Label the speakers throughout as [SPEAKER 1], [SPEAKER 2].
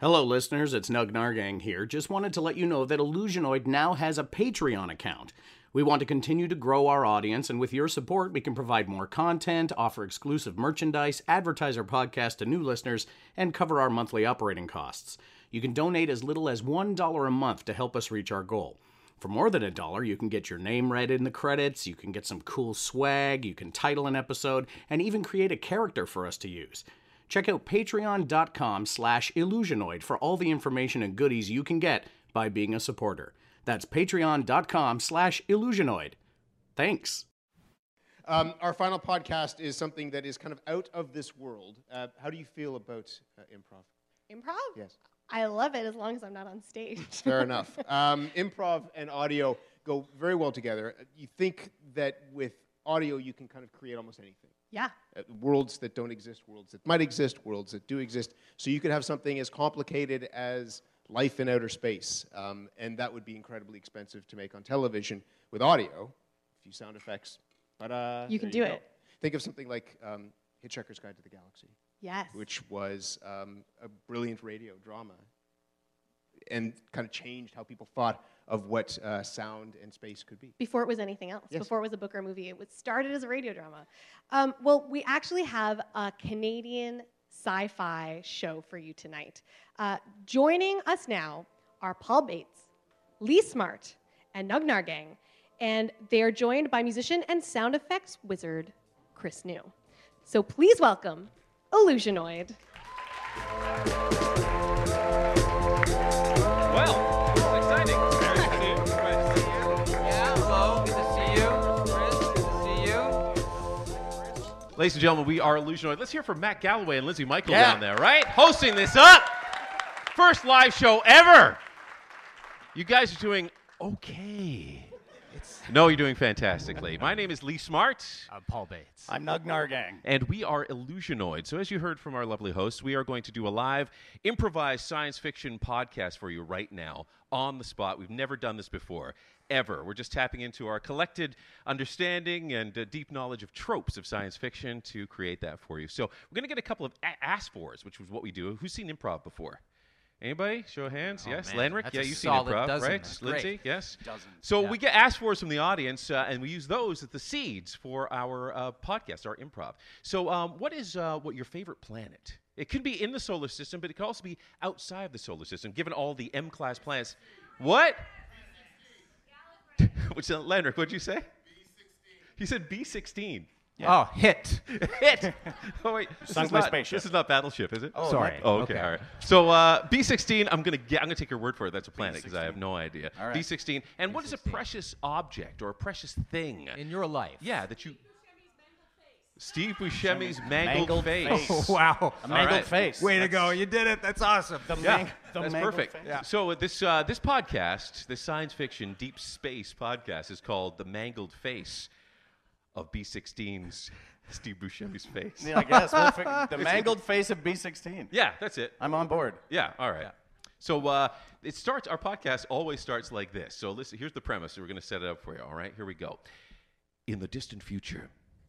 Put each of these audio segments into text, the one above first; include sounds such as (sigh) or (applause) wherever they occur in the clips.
[SPEAKER 1] Hello, listeners. It's Nug Nargang here. Just wanted to let you know that Illusionoid now has a Patreon account. We want to continue to grow our audience, and with your support, we can provide more content, offer exclusive merchandise, advertise our podcast to new listeners, and cover our monthly operating costs. You can donate as little as $1 a month to help us reach our goal. For more than a dollar, you can get your name read in the credits, you can get some cool swag, you can title an episode, and even create a character for us to use. Check out patreon.com slash illusionoid for all the information and goodies you can get by being a supporter. That's patreon.com slash illusionoid. Thanks.
[SPEAKER 2] Um, our final podcast is something that is kind of out of this world. Uh, how do you feel about uh, improv?
[SPEAKER 3] Improv?
[SPEAKER 2] Yes.
[SPEAKER 3] I love it as long as I'm not on stage.
[SPEAKER 2] (laughs) Fair enough. Um, improv and audio go very well together. Uh, You think that with audio, you can kind of create almost anything.
[SPEAKER 3] (laughs) yeah.
[SPEAKER 2] Uh, worlds that don't exist, worlds that might exist, worlds that do exist. So you could have something as complicated as life in outer space, um, and that would be incredibly expensive to make on television. With audio, a few sound effects, but uh,
[SPEAKER 3] You can do it.
[SPEAKER 2] Think of something like um, Hitchhiker's Guide to the Galaxy,
[SPEAKER 3] Yes.
[SPEAKER 2] which was um, a brilliant radio drama, and kind of changed how people thought of what uh, sound and space could be.
[SPEAKER 3] before it was anything else,
[SPEAKER 2] Yes.
[SPEAKER 3] before it was a book or a movie, it was started as a radio drama. Um, well, we actually have a Canadian sci-fi show for you tonight. Uh, joining us now are Paul Bates, Lee Smart, and Nugnar Gang, and they are joined by musician and sound effects wizard Chris New. So please welcome Illusionoid.
[SPEAKER 4] Well, exciting. Very soon. Good to see you. (laughs) Yeah, hello. Good to see you. Chris, good to see you.
[SPEAKER 5] Ladies and gentlemen, we are Illusionoid. Let's hear from Matt Galloway and Lindsay Michael
[SPEAKER 4] Yeah.
[SPEAKER 5] down there, right? Hosting this up. First live show ever. You guys are doing okay. No, you're doing fantastically. My name is Lee Smart,
[SPEAKER 6] Paul Bates.
[SPEAKER 1] I'm Nug Nargang.
[SPEAKER 5] and we are Illusionoid. So, as you heard from our lovely hosts, we are going to do a live improvised science fiction podcast for you right now on the spot. We've never done this before, ever. We're just tapping into our collected understanding and uh, deep knowledge of tropes of science fiction to create that for you. So, we're going to get a couple of a- ask fours, which was what we do. Who's seen improv before? Anybody? Show of hands.
[SPEAKER 6] Oh,
[SPEAKER 5] yes.
[SPEAKER 6] man,
[SPEAKER 5] Landrick?
[SPEAKER 6] that's
[SPEAKER 5] yeah,
[SPEAKER 6] a
[SPEAKER 5] you've seen
[SPEAKER 6] solid
[SPEAKER 5] improv,
[SPEAKER 6] dozen.
[SPEAKER 5] right?
[SPEAKER 6] That's great.
[SPEAKER 5] Lindsay? Yes.
[SPEAKER 6] Dozen,
[SPEAKER 5] So
[SPEAKER 6] yeah.
[SPEAKER 5] we get asked for from the audience, uh, and we use those as the seeds for our uh, podcast, our improv. So, um, what is uh, what your favorite planet? It could be in the solar system, but it could also be outside of the solar system. Given all the M-class planets, what? (laughs) Which uh, Landrick? What'd you say? B16. He said B16.
[SPEAKER 6] Oh,
[SPEAKER 5] (laughs)
[SPEAKER 6] hit.
[SPEAKER 5] Hit. Oh wait, this is,
[SPEAKER 1] Sunk my
[SPEAKER 5] not,
[SPEAKER 1] spaceship.
[SPEAKER 5] this is not Battleship, is it?
[SPEAKER 6] Oh, Sorry.
[SPEAKER 5] Oh, okay,
[SPEAKER 6] Okay.
[SPEAKER 5] all right. So uh, B16, I'm gonna get, I'm gonna take your word for it. That's a planet because I have no idea.
[SPEAKER 6] All right.
[SPEAKER 5] B16, and what is a precious object or a precious thing?
[SPEAKER 6] In your life.
[SPEAKER 5] yeah, that you. Steve Buscemi's mangled,
[SPEAKER 6] mangled
[SPEAKER 5] face.
[SPEAKER 1] Oh,
[SPEAKER 6] face. wow.
[SPEAKER 5] All right.
[SPEAKER 6] Way to go. You did it. That's awesome. The
[SPEAKER 5] Yeah,
[SPEAKER 6] man-
[SPEAKER 5] that's perfect. So uh, this uh, this podcast, this science fiction deep space podcast, is called "The Mangled Face of B16's Steve Buscemi's Face."
[SPEAKER 7] Yeah, I guess. We'll
[SPEAKER 1] (laughs)
[SPEAKER 7] fi- the mangled face of B16.
[SPEAKER 5] yeah that's it.
[SPEAKER 7] I'm on board.
[SPEAKER 5] Yeah. All right. So uh, it starts. Our podcast always starts like this. So listen. Here's the premise. We're going to set it up for you. All right. Here we go. In the distant future,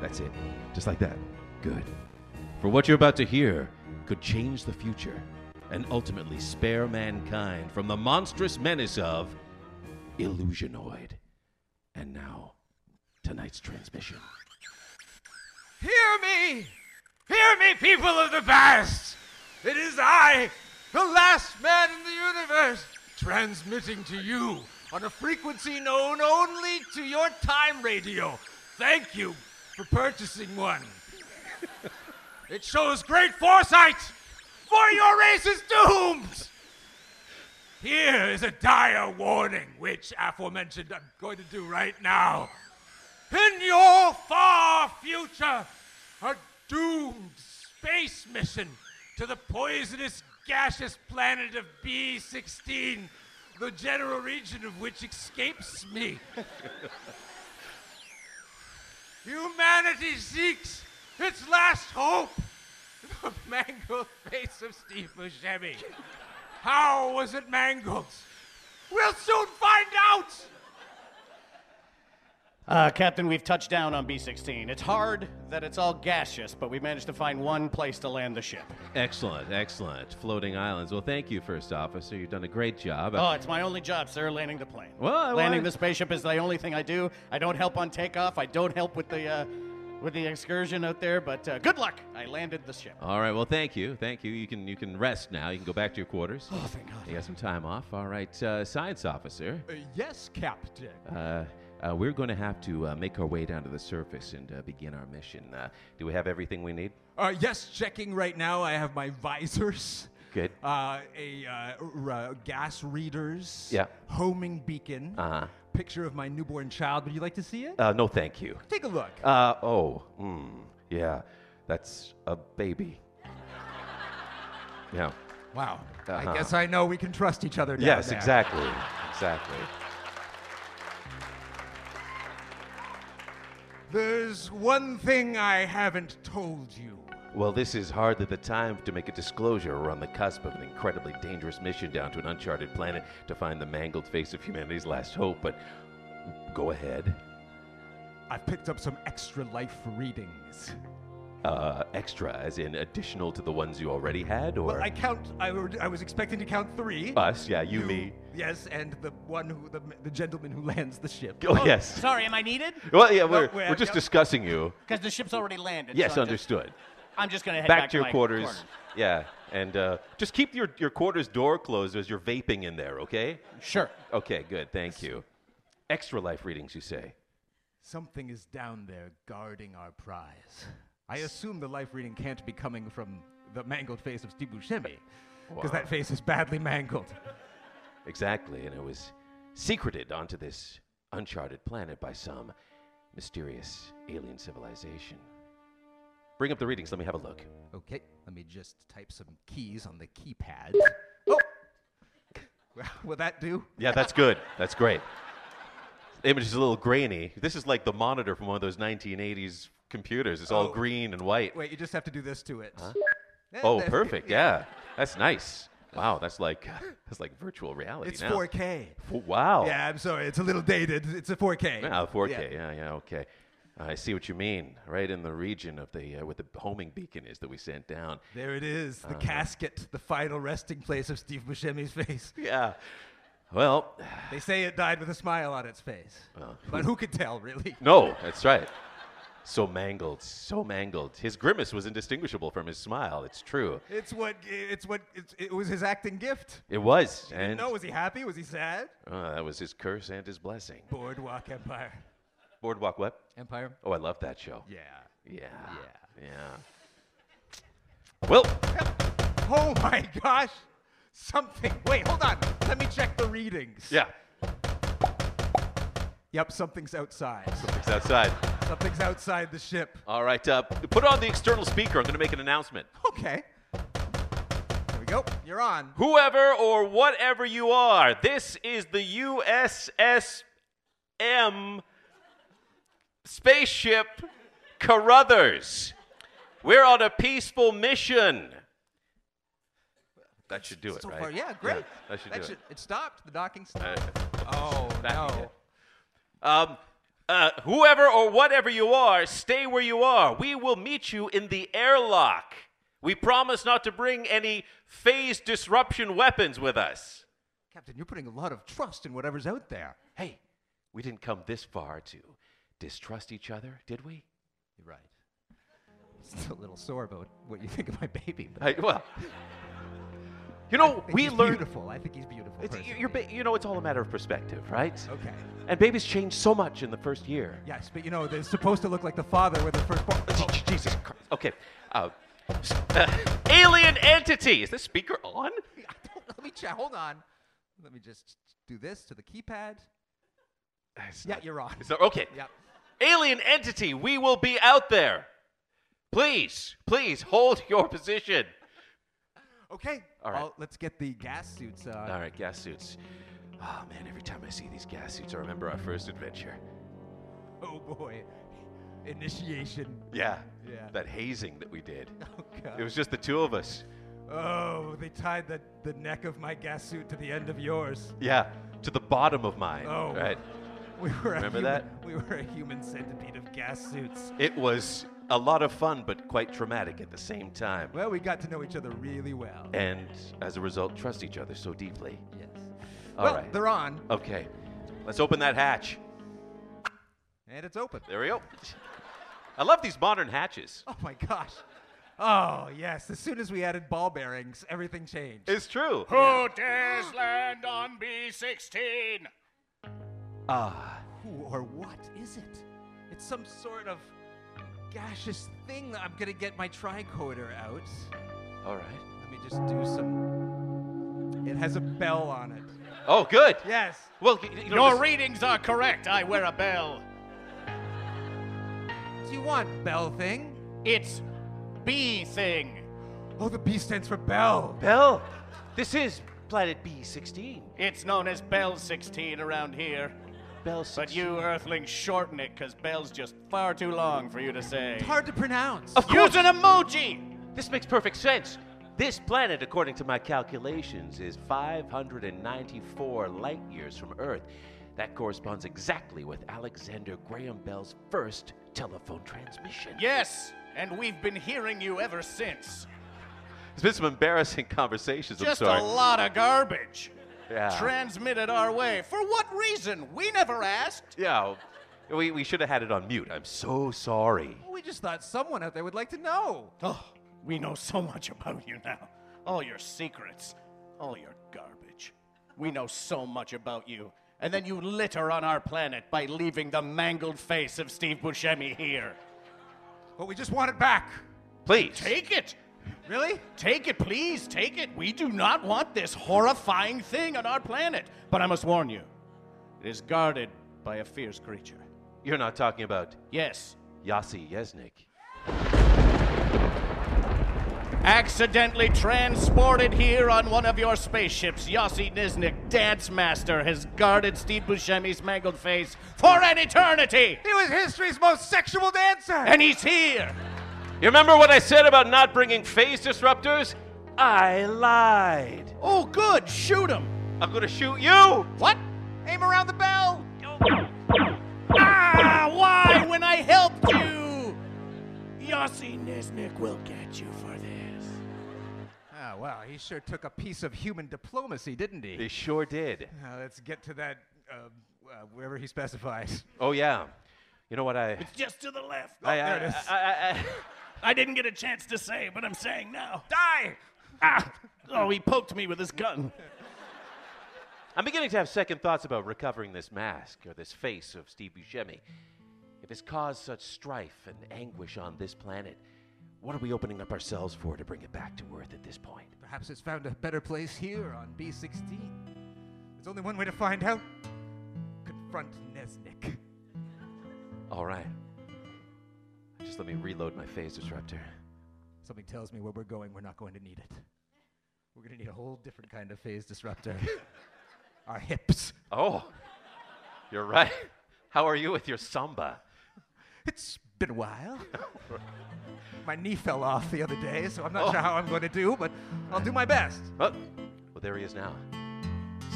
[SPEAKER 5] That's it. Just like that. Good. For what you're about to hear could change the future and ultimately spare mankind from the monstrous menace of Illusionoid. And now, tonight's transmission.
[SPEAKER 6] Hear me, Hear me, people of the past! It is I, the last man in the universe, transmitting to you on a frequency known only to your time radio. Thank you for purchasing one. it shows great foresight, for your race is doomed! Here is a dire warning, which aforementioned I'm going to do right now. In your far future, a doomed space mission to the poisonous, gaseous planet of B 16, the general region of which escapes me. (laughs) Humanity seeks its last hope. The mangled face of Steve Buscemi. How was it mangled? We'll soon find out.
[SPEAKER 1] Uh, Captain, we've touched down on B 16. It's hard that it's all gaseous, but we managed to find one place to land the ship.
[SPEAKER 5] Excellent, excellent. Floating islands. Well, thank you, First Officer. You've done a great job.
[SPEAKER 1] Oh, it's my only job, sir, landing the plane.
[SPEAKER 5] Well, I
[SPEAKER 1] landing
[SPEAKER 5] wanted-
[SPEAKER 1] the spaceship is the only thing I do. I don't help on takeoff. I don't help with the uh, with the excursion out there. But uh, good luck. I landed the ship.
[SPEAKER 5] All right. Well, thank you, thank you. You can you can rest now. You can go back to your quarters.
[SPEAKER 1] Oh, thank God.
[SPEAKER 5] You got some time off. All right, uh, science officer.
[SPEAKER 6] yes, Captain.
[SPEAKER 5] Uh, uh, we're going to have to uh, make our way down to the surface and uh, begin our mission. Uh, do we have everything we need?
[SPEAKER 6] Uh, yes, checking right now. I have my visors.
[SPEAKER 5] Good.
[SPEAKER 6] Uh, a uh, r- uh, gas readers.
[SPEAKER 5] Yeah.
[SPEAKER 6] Homing beacon.
[SPEAKER 5] Uh-huh.
[SPEAKER 6] Picture of my newborn child. Would you like to see it?
[SPEAKER 5] Uh, no, thank you.
[SPEAKER 6] Take a look.
[SPEAKER 5] Uh, oh, mm, yeah, that's a
[SPEAKER 1] (laughs)
[SPEAKER 5] baby. yeah.
[SPEAKER 6] wow.
[SPEAKER 5] uh-huh.
[SPEAKER 6] I guess I know we can trust each other. down
[SPEAKER 5] Yes,
[SPEAKER 6] there.
[SPEAKER 5] exactly, exactly.
[SPEAKER 6] There's one thing I haven't told you.
[SPEAKER 5] Well, this is hardly the time to make a disclosure. We're on the cusp of an incredibly dangerous mission down to an uncharted planet to find the mangled face of humanity's last hope. But go ahead.
[SPEAKER 6] I've picked up some extra life readings.
[SPEAKER 5] Uh, extra, as in additional to the ones you already had, or
[SPEAKER 6] Well, I count. I, were- I was expecting to count three.
[SPEAKER 5] us? Yeah, you, me.
[SPEAKER 6] Yes, and the one who the, the gentleman who lands the ship.
[SPEAKER 5] Oh, yes.
[SPEAKER 1] Sorry, am I needed? Oh,
[SPEAKER 5] Well, yeah, we're,
[SPEAKER 6] we're-
[SPEAKER 5] we're just
[SPEAKER 6] yeah.
[SPEAKER 1] (laughs)
[SPEAKER 5] discussing you.
[SPEAKER 1] Because the ship's already landed.
[SPEAKER 5] Yes,
[SPEAKER 1] so I'm just-
[SPEAKER 5] understood.
[SPEAKER 1] I'm just
[SPEAKER 8] (laughs)
[SPEAKER 1] gonna head
[SPEAKER 5] back,
[SPEAKER 1] back,
[SPEAKER 5] to your
[SPEAKER 1] my
[SPEAKER 5] quarters.
[SPEAKER 1] quarter.
[SPEAKER 5] Yeah, and uh, just keep your, your quarters door closed as you're vaping in there, okay?
[SPEAKER 1] Sure.
[SPEAKER 5] Okay, good. Thank you. Extra life readings, you say?
[SPEAKER 6] Something is down there guarding our prize. I assume the life reading can't be coming from the mangled face of Steve Buscemi, because that face is badly mangled.
[SPEAKER 5] Exactly, and it was secreted onto this uncharted planet by some mysterious alien civilization. Bring up the readings. Let me have a look.
[SPEAKER 6] Okay, let me just type some keys on the keypad. Oh, (laughs) will that do?
[SPEAKER 5] Yeah, that's good. That's great. The image is a little grainy. This is like the monitor from one of those 1980s computers. It's all
[SPEAKER 6] Oh.
[SPEAKER 5] green and white.
[SPEAKER 6] Wait, you just have to do this to it. (laughs) Yeah,
[SPEAKER 5] Oh,
[SPEAKER 6] there-
[SPEAKER 5] perfect. Yeah, that's nice. Wow, that's like (laughs) that's like virtual reality
[SPEAKER 6] It's
[SPEAKER 5] now.
[SPEAKER 6] 4K.
[SPEAKER 5] F- Wow.
[SPEAKER 6] Yeah, I'm sorry, it's a little dated. It's a 4K.
[SPEAKER 5] Yeah, 4K. Yeah, Ah, yeah, okay. I see what you mean. Right in the region of the uh, where the homing beacon is that we sent down.
[SPEAKER 6] There it is, the casket, the final resting place of Steve Buscemi's face.
[SPEAKER 5] Yeah. Well,
[SPEAKER 6] They say it died with a smile on its face. but who could tell, really?
[SPEAKER 5] Uh. (laughs) no, that's right. So mangled, so mangled. His grimace was indistinguishable from his smile. It's true.
[SPEAKER 6] It's what it's what it's, it was his acting gift.
[SPEAKER 5] It was,
[SPEAKER 6] And
[SPEAKER 5] and
[SPEAKER 6] no, was he happy? Was he sad?
[SPEAKER 5] uh, that was his curse and his blessing.
[SPEAKER 6] Boardwalk Empire.
[SPEAKER 5] Boardwalk what?
[SPEAKER 6] Empire?
[SPEAKER 5] Oh, I love that show.
[SPEAKER 6] Yeah.
[SPEAKER 5] Yeah. Yeah. Well,
[SPEAKER 6] Oh my gosh. Something. Wait, hold on. Let me check the readings.
[SPEAKER 5] yeah.
[SPEAKER 6] Yep, something's outside.
[SPEAKER 5] It's outside.
[SPEAKER 6] Something's outside the ship.
[SPEAKER 5] All right, uh, put on the external speaker. I'm going to make an announcement.
[SPEAKER 6] Okay. There we go. You're on.
[SPEAKER 5] Whoever or whatever you are, this is the USSM spaceship Carruthers. We're on a peaceful mission. That should do it,
[SPEAKER 6] So
[SPEAKER 5] right?
[SPEAKER 6] far, yeah, great.
[SPEAKER 5] that should do it.
[SPEAKER 6] it. stopped. The docking stopped.
[SPEAKER 5] Uh,
[SPEAKER 6] oh
[SPEAKER 5] that-
[SPEAKER 6] no.
[SPEAKER 5] Um, uh, whoever or whatever you are, stay where you are. We will meet you in the airlock. We promise not to bring any phase disruption weapons with us.
[SPEAKER 6] Captain, you're putting a lot of trust in whatever's out there.
[SPEAKER 5] Hey, we didn't come this far to distrust each other, did we?
[SPEAKER 6] You're right. Still a little sore about what you think of my baby. But
[SPEAKER 5] I, well, you know,
[SPEAKER 6] I think
[SPEAKER 5] we
[SPEAKER 6] he's
[SPEAKER 5] learned.
[SPEAKER 6] Beautiful. I think he's beautiful.
[SPEAKER 5] It's,
[SPEAKER 6] personally.
[SPEAKER 5] you're, ba- you know, it's all a matter of perspective, right?
[SPEAKER 6] okay.
[SPEAKER 5] And babies change so much in the first year.
[SPEAKER 6] Yes, but you know they're supposed to look like the father with the Oh, firstborn.
[SPEAKER 5] Je- Oh, Jesus Christ. Okay. Uh, s- uh, alien entity. Is this speaker on?
[SPEAKER 6] (laughs) I don't, let me check. Hold on. Let me just do this to the keypad. Yeah, you're on.
[SPEAKER 5] Is there- okay.
[SPEAKER 6] Yep.
[SPEAKER 5] Alien entity, we will be out there. Please, please hold your position.
[SPEAKER 6] Okay.
[SPEAKER 5] All right.
[SPEAKER 6] Well, let's get the gas suits. Uh,
[SPEAKER 5] All right, gas suits. Oh man, every time I see these gas suits, I remember our first adventure.
[SPEAKER 6] Oh boy. Initiation.
[SPEAKER 5] Yeah.
[SPEAKER 6] Yeah.
[SPEAKER 5] That hazing that we
[SPEAKER 6] (laughs)
[SPEAKER 5] did.
[SPEAKER 6] Oh god.
[SPEAKER 5] It was just the two of us.
[SPEAKER 6] oh, they tied the, the neck of my gas suit to the end of yours.
[SPEAKER 5] Yeah. To the bottom of mine.
[SPEAKER 6] Oh.
[SPEAKER 5] Right.
[SPEAKER 6] We were
[SPEAKER 5] Remember
[SPEAKER 6] a human,
[SPEAKER 5] that?
[SPEAKER 6] We were a human centipede of gas suits.
[SPEAKER 5] It was a lot of fun, but quite traumatic at the same time.
[SPEAKER 6] Well, we got to know each other really well.
[SPEAKER 5] And as a result, trust each other so deeply.
[SPEAKER 6] Yes.
[SPEAKER 5] All
[SPEAKER 6] well,
[SPEAKER 5] right.
[SPEAKER 6] they're on,
[SPEAKER 5] Okay. Let's open that hatch.
[SPEAKER 6] and it's open.
[SPEAKER 5] There we go. I love these modern hatches.
[SPEAKER 6] Oh my gosh. Oh yes. As soon as we added ball bearings, everything changed.
[SPEAKER 5] It's true.
[SPEAKER 8] Who dares land on B16?
[SPEAKER 5] Ah,
[SPEAKER 6] Who or what is it? It's some sort of gaseous thing that I'm gonna get my tricorder out.
[SPEAKER 5] all right.
[SPEAKER 6] Let me just do some. It has a bell on it.
[SPEAKER 5] Oh, good.
[SPEAKER 6] Yes.
[SPEAKER 5] Well, y- y- you know,
[SPEAKER 8] Your
[SPEAKER 5] this-
[SPEAKER 8] readings are correct. I wear a bell.
[SPEAKER 6] Do you want bell thing?
[SPEAKER 8] It's B thing.
[SPEAKER 6] Oh, the B stands for bell.
[SPEAKER 5] Bell, this is Planet B16.
[SPEAKER 8] It's known as Bell 16 around here.
[SPEAKER 5] Bell
[SPEAKER 8] But
[SPEAKER 5] 16.
[SPEAKER 8] you Earthlings shorten it because Bell's just far too long for you to say.
[SPEAKER 6] It's hard to pronounce.
[SPEAKER 8] Use an emoji!
[SPEAKER 5] This makes perfect sense. This planet, according to my calculations, is 594 light years from Earth. That corresponds exactly with Alexander Graham Bell's first telephone transmission.
[SPEAKER 8] Yes, and we've been hearing you ever since.
[SPEAKER 5] It's been some embarrassing conversations.
[SPEAKER 8] Just a lot of garbage.
[SPEAKER 5] Yeah.
[SPEAKER 8] Transmitted our way. For what reason? We never asked.
[SPEAKER 5] Yeah, we, we should have had it on mute. I'm so sorry.
[SPEAKER 6] we just thought someone out there would like to know.
[SPEAKER 8] Oh, we know so much about you now. All your secrets, all your garbage. We know so much about you. And then you litter on our planet by leaving the mangled face of Steve Buscemi here.
[SPEAKER 6] But we just want it back.
[SPEAKER 5] Please.
[SPEAKER 8] Take it!
[SPEAKER 6] Really?
[SPEAKER 8] Take it, please, take it. We do not want this horrifying thing on our planet. But I must warn you, it is guarded by a fierce creature.
[SPEAKER 5] You're not talking about
[SPEAKER 8] Yes,
[SPEAKER 5] Yossi Yesnik.
[SPEAKER 8] accidentally transported here on one of your spaceships, Yossi Niznik, Dance Master, has guarded Steve Buscemi's mangled face for an eternity!
[SPEAKER 6] He was history's most sexual dancer.
[SPEAKER 8] (laughs) And he's here!
[SPEAKER 5] You remember what I said about not bringing phase disruptors? I lied.
[SPEAKER 8] Oh, good, shoot him!
[SPEAKER 5] I'm gonna shoot you.
[SPEAKER 8] What? Aim around the bell! Ah, why when I helped you? Yossi Niznik will get you for this.
[SPEAKER 6] Oh, wow. He sure took a piece of human diplomacy, didn't he?
[SPEAKER 5] They sure did.
[SPEAKER 6] Now let's get to that, uh, uh, wherever he specifies.
[SPEAKER 5] Oh yeah. You know what I?
[SPEAKER 8] Just to the left.
[SPEAKER 5] I, I,
[SPEAKER 6] there it is.
[SPEAKER 5] I, I- I-
[SPEAKER 8] I didn't get a chance to say, but I'm saying now.
[SPEAKER 6] Die!
[SPEAKER 8] Ah! Oh, he poked me with his gun.
[SPEAKER 5] I'm beginning to have second thoughts about recovering this mask or this face of Steve Buscemi. If it's caused such strife and anguish on this planet, what are we opening up ourselves for to bring it back to Earth at this point?
[SPEAKER 6] Perhaps it's found a better place here on B16. There's only one way to find out confront Nesnik.
[SPEAKER 5] All right. Just let me reload my phase disruptor.
[SPEAKER 6] Something tells me where we're going, we're not going to need it. We're going to need a whole different kind of phase disruptor. Our hips.
[SPEAKER 5] Oh, you're right. How are you with your samba?
[SPEAKER 6] It's been a while. my knee fell off the other day, so I'm not sure how I'm going to do, but I'll do my best.
[SPEAKER 5] Oh, well, there he is now.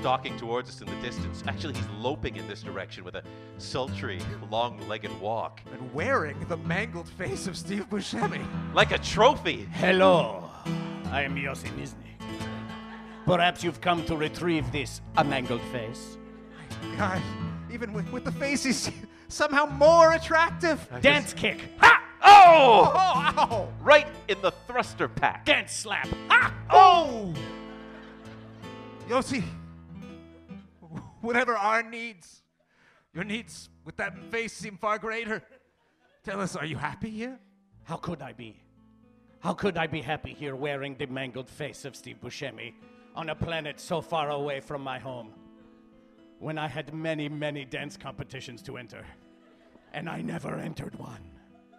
[SPEAKER 5] Stalking towards us in the distance. Actually, he's loping in this direction with a sultry, long legged walk.
[SPEAKER 6] And wearing the mangled face of Steve Buscemi.
[SPEAKER 5] Like a trophy!
[SPEAKER 8] Hello, I am Yossi Niznik. Perhaps you've come to retrieve this mangled face.
[SPEAKER 6] God, even with, with the face, he's somehow more attractive.
[SPEAKER 8] Dance kick.
[SPEAKER 5] Oh! Oh!
[SPEAKER 7] ow!
[SPEAKER 5] Right in the thruster pack.
[SPEAKER 1] Get slap.
[SPEAKER 6] Oh! Yossi, Oh. whatever our needs, your needs with that face seem far greater. Tell us, are you happy here?
[SPEAKER 1] How could I be? How could I be happy here wearing the mangled face of Steve Buscemi on a planet so far away from my home when I had many, many dance competitions to enter and I never entered one?
[SPEAKER 6] I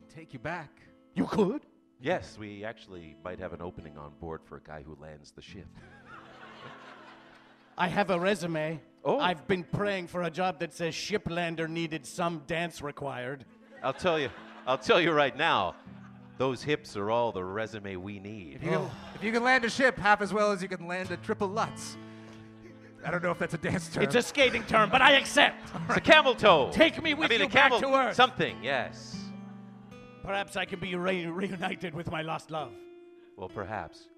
[SPEAKER 6] can take you back.
[SPEAKER 1] You could?
[SPEAKER 5] Yes, we actually might have an opening on board for a guy who lands the ship.
[SPEAKER 1] I have a resume.
[SPEAKER 5] Oh.
[SPEAKER 1] I've been praying for a job that says shiplander needed some dance required.
[SPEAKER 5] I'll tell you, I'll tell you right now, those hips are all the resume we need. Oh.
[SPEAKER 6] If you, can, if you can land a ship half as well as you can land a triple Lutz. I don't know if that's a dance term.
[SPEAKER 1] It's a skating term, but I accept. (laughs)
[SPEAKER 5] It's a camel toe.
[SPEAKER 1] Take me with
[SPEAKER 5] I mean,
[SPEAKER 1] you
[SPEAKER 5] a camel,
[SPEAKER 1] back to Earth.
[SPEAKER 5] Something, yes.
[SPEAKER 1] Perhaps I can be re- reunited with my lost love.
[SPEAKER 5] Well, perhaps.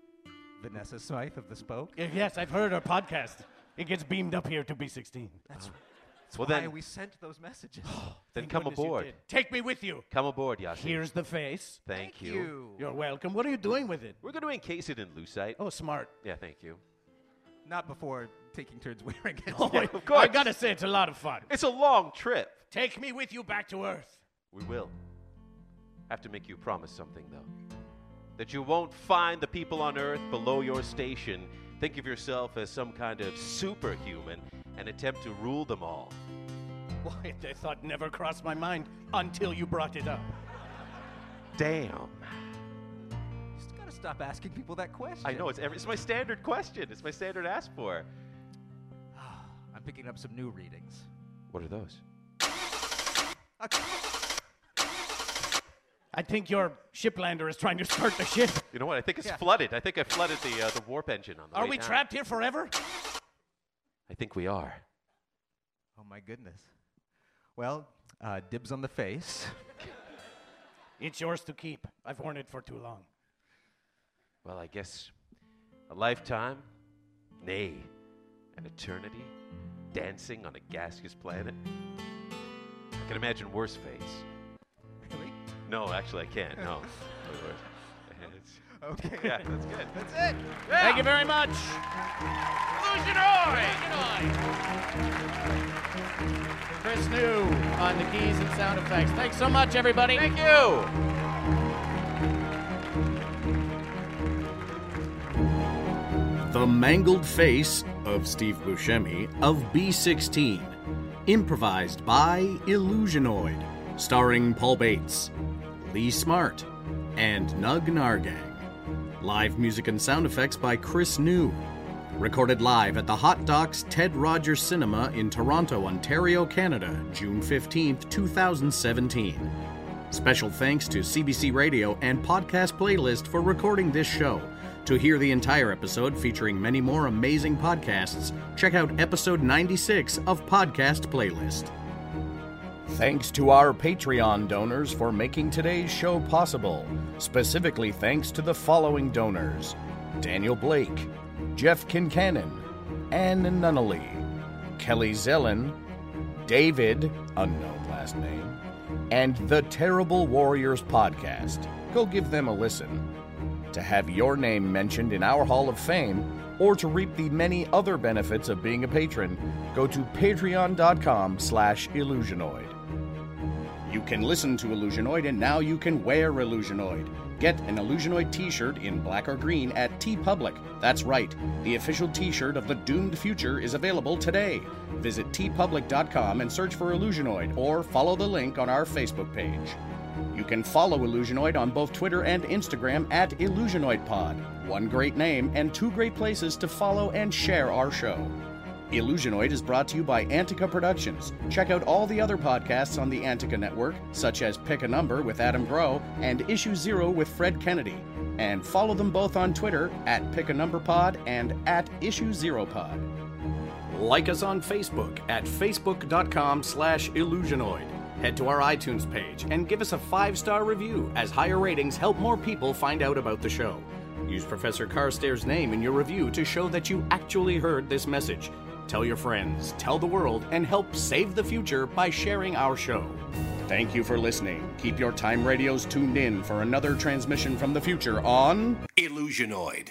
[SPEAKER 9] Vanessa Smythe of the Spoke.
[SPEAKER 1] Y- Yes, I've heard her podcast. It gets beamed up here to B16.
[SPEAKER 6] that's
[SPEAKER 5] well,
[SPEAKER 6] why
[SPEAKER 5] then-
[SPEAKER 6] we sent
[SPEAKER 5] (gasps)
[SPEAKER 6] those messages.
[SPEAKER 5] Then
[SPEAKER 1] Thank
[SPEAKER 5] come
[SPEAKER 1] goodness you
[SPEAKER 5] aboard.
[SPEAKER 1] did. Take me with you.
[SPEAKER 5] Come aboard, Yashi.
[SPEAKER 1] Here's the face.
[SPEAKER 5] Thank, you.
[SPEAKER 1] You're welcome. What are you doing with it?
[SPEAKER 5] We're going to encase it in lucite.
[SPEAKER 1] Oh, (laughs) smart.
[SPEAKER 5] Yeah, thank you.
[SPEAKER 6] Not before taking turns (laughs) wearing it.
[SPEAKER 1] Oh,
[SPEAKER 5] Yeah, of course.
[SPEAKER 1] I gotta say, it's a lot of fun.
[SPEAKER 5] It's a long trip.
[SPEAKER 1] Take me with you back to Earth.
[SPEAKER 5] We will. Have to make you promise something, though. That you won't find the people on Earth below your station. Think of yourself as some kind of superhuman and attempt to rule them all.
[SPEAKER 1] Why, that thought never crossed my mind until you brought it up.
[SPEAKER 5] Damn.
[SPEAKER 6] Just gotta stop asking people that question.
[SPEAKER 5] I know it's every, it's my standard question. It's my standard ask for.
[SPEAKER 6] I'm picking up some new readings.
[SPEAKER 5] What are those?
[SPEAKER 1] I think your shiplander is trying to start the ship.
[SPEAKER 5] You know what? I think it's flooded. I think I flooded the uh, the warp engine on the
[SPEAKER 1] Are
[SPEAKER 5] way
[SPEAKER 1] we
[SPEAKER 5] down.
[SPEAKER 1] trapped here forever?
[SPEAKER 5] I think we are.
[SPEAKER 9] Oh my goodness. Well, uh, dibs on the face.
[SPEAKER 1] It's yours to keep. I've worn it for too long.
[SPEAKER 5] Well, I guess a lifetime, nay, an eternity, dancing on a gaseous planet. I can imagine worse fates.
[SPEAKER 6] (laughs) Really?
[SPEAKER 5] No, actually, I can't.
[SPEAKER 6] (laughs)
[SPEAKER 5] No. It's-
[SPEAKER 6] Okay.
[SPEAKER 5] (laughs) yeah, that's good.
[SPEAKER 6] That's it.
[SPEAKER 1] Thank you very much. Chris New on the keys and sound effects. Thanks so much, everybody.
[SPEAKER 5] Thank you.
[SPEAKER 1] The Mangled Face of Steve Buscemi of B16. Improvised by Illusionoid. Starring Paul Bates, Lee Smart, and Nug Nargang. Live music and sound effects by Chris New. Recorded live at the Hot Docs Ted Rogers Cinema in Toronto, Ontario, Canada, June 15, 2017. Special thanks to CBC Radio and Podcast Playlist for recording this show. To hear the entire episode featuring many more amazing podcasts, check out episode 96 of Podcast Playlist. Thanks to our Patreon donors for making today's show possible. Specifically, thanks to the following donors Daniel Blake, Jeff Kincannon, Ann Nunnally, Kelly Zellin, David, unknown last name, and the Terrible Warriors podcast. Go give them a listen. To have your name mentioned in our Hall of Fame, or to reap the many other benefits of being a patron, go to patreon.com slash illusionoid. You can listen to Illusionoid and now you can wear Illusionoid. Get an Illusionoid t shirt in black or green at T Public. That's right, the official t shirt of the doomed future is available today. Visit tpublic.com and search for Illusionoid or follow the link on our Facebook page. You can follow Illusionoid on both Twitter and Instagram at IllusionoidPod. One great name and two great places to follow and share our show. Illusionoid is brought to you by Antica Productions. Check out all the other podcasts on the Antica Network, such as Pick a Number with Adam Groh and Issue Zero with Fred Kennedy. And follow them both on Twitter at Pick a Number Pod and at Issue Zero Pod. Like us on Facebook at facebook.com slash illusionoid. Head to our iTunes page and give us a five star review, as higher ratings help more people find out about the show. Use Professor Carstairs' name in your review to show that you actually heard this message. Tell your friends, tell the world, and help save the future by sharing our show. Thank you for listening. Keep your time radios tuned in for another transmission from the future on.
[SPEAKER 10] Illusionoid.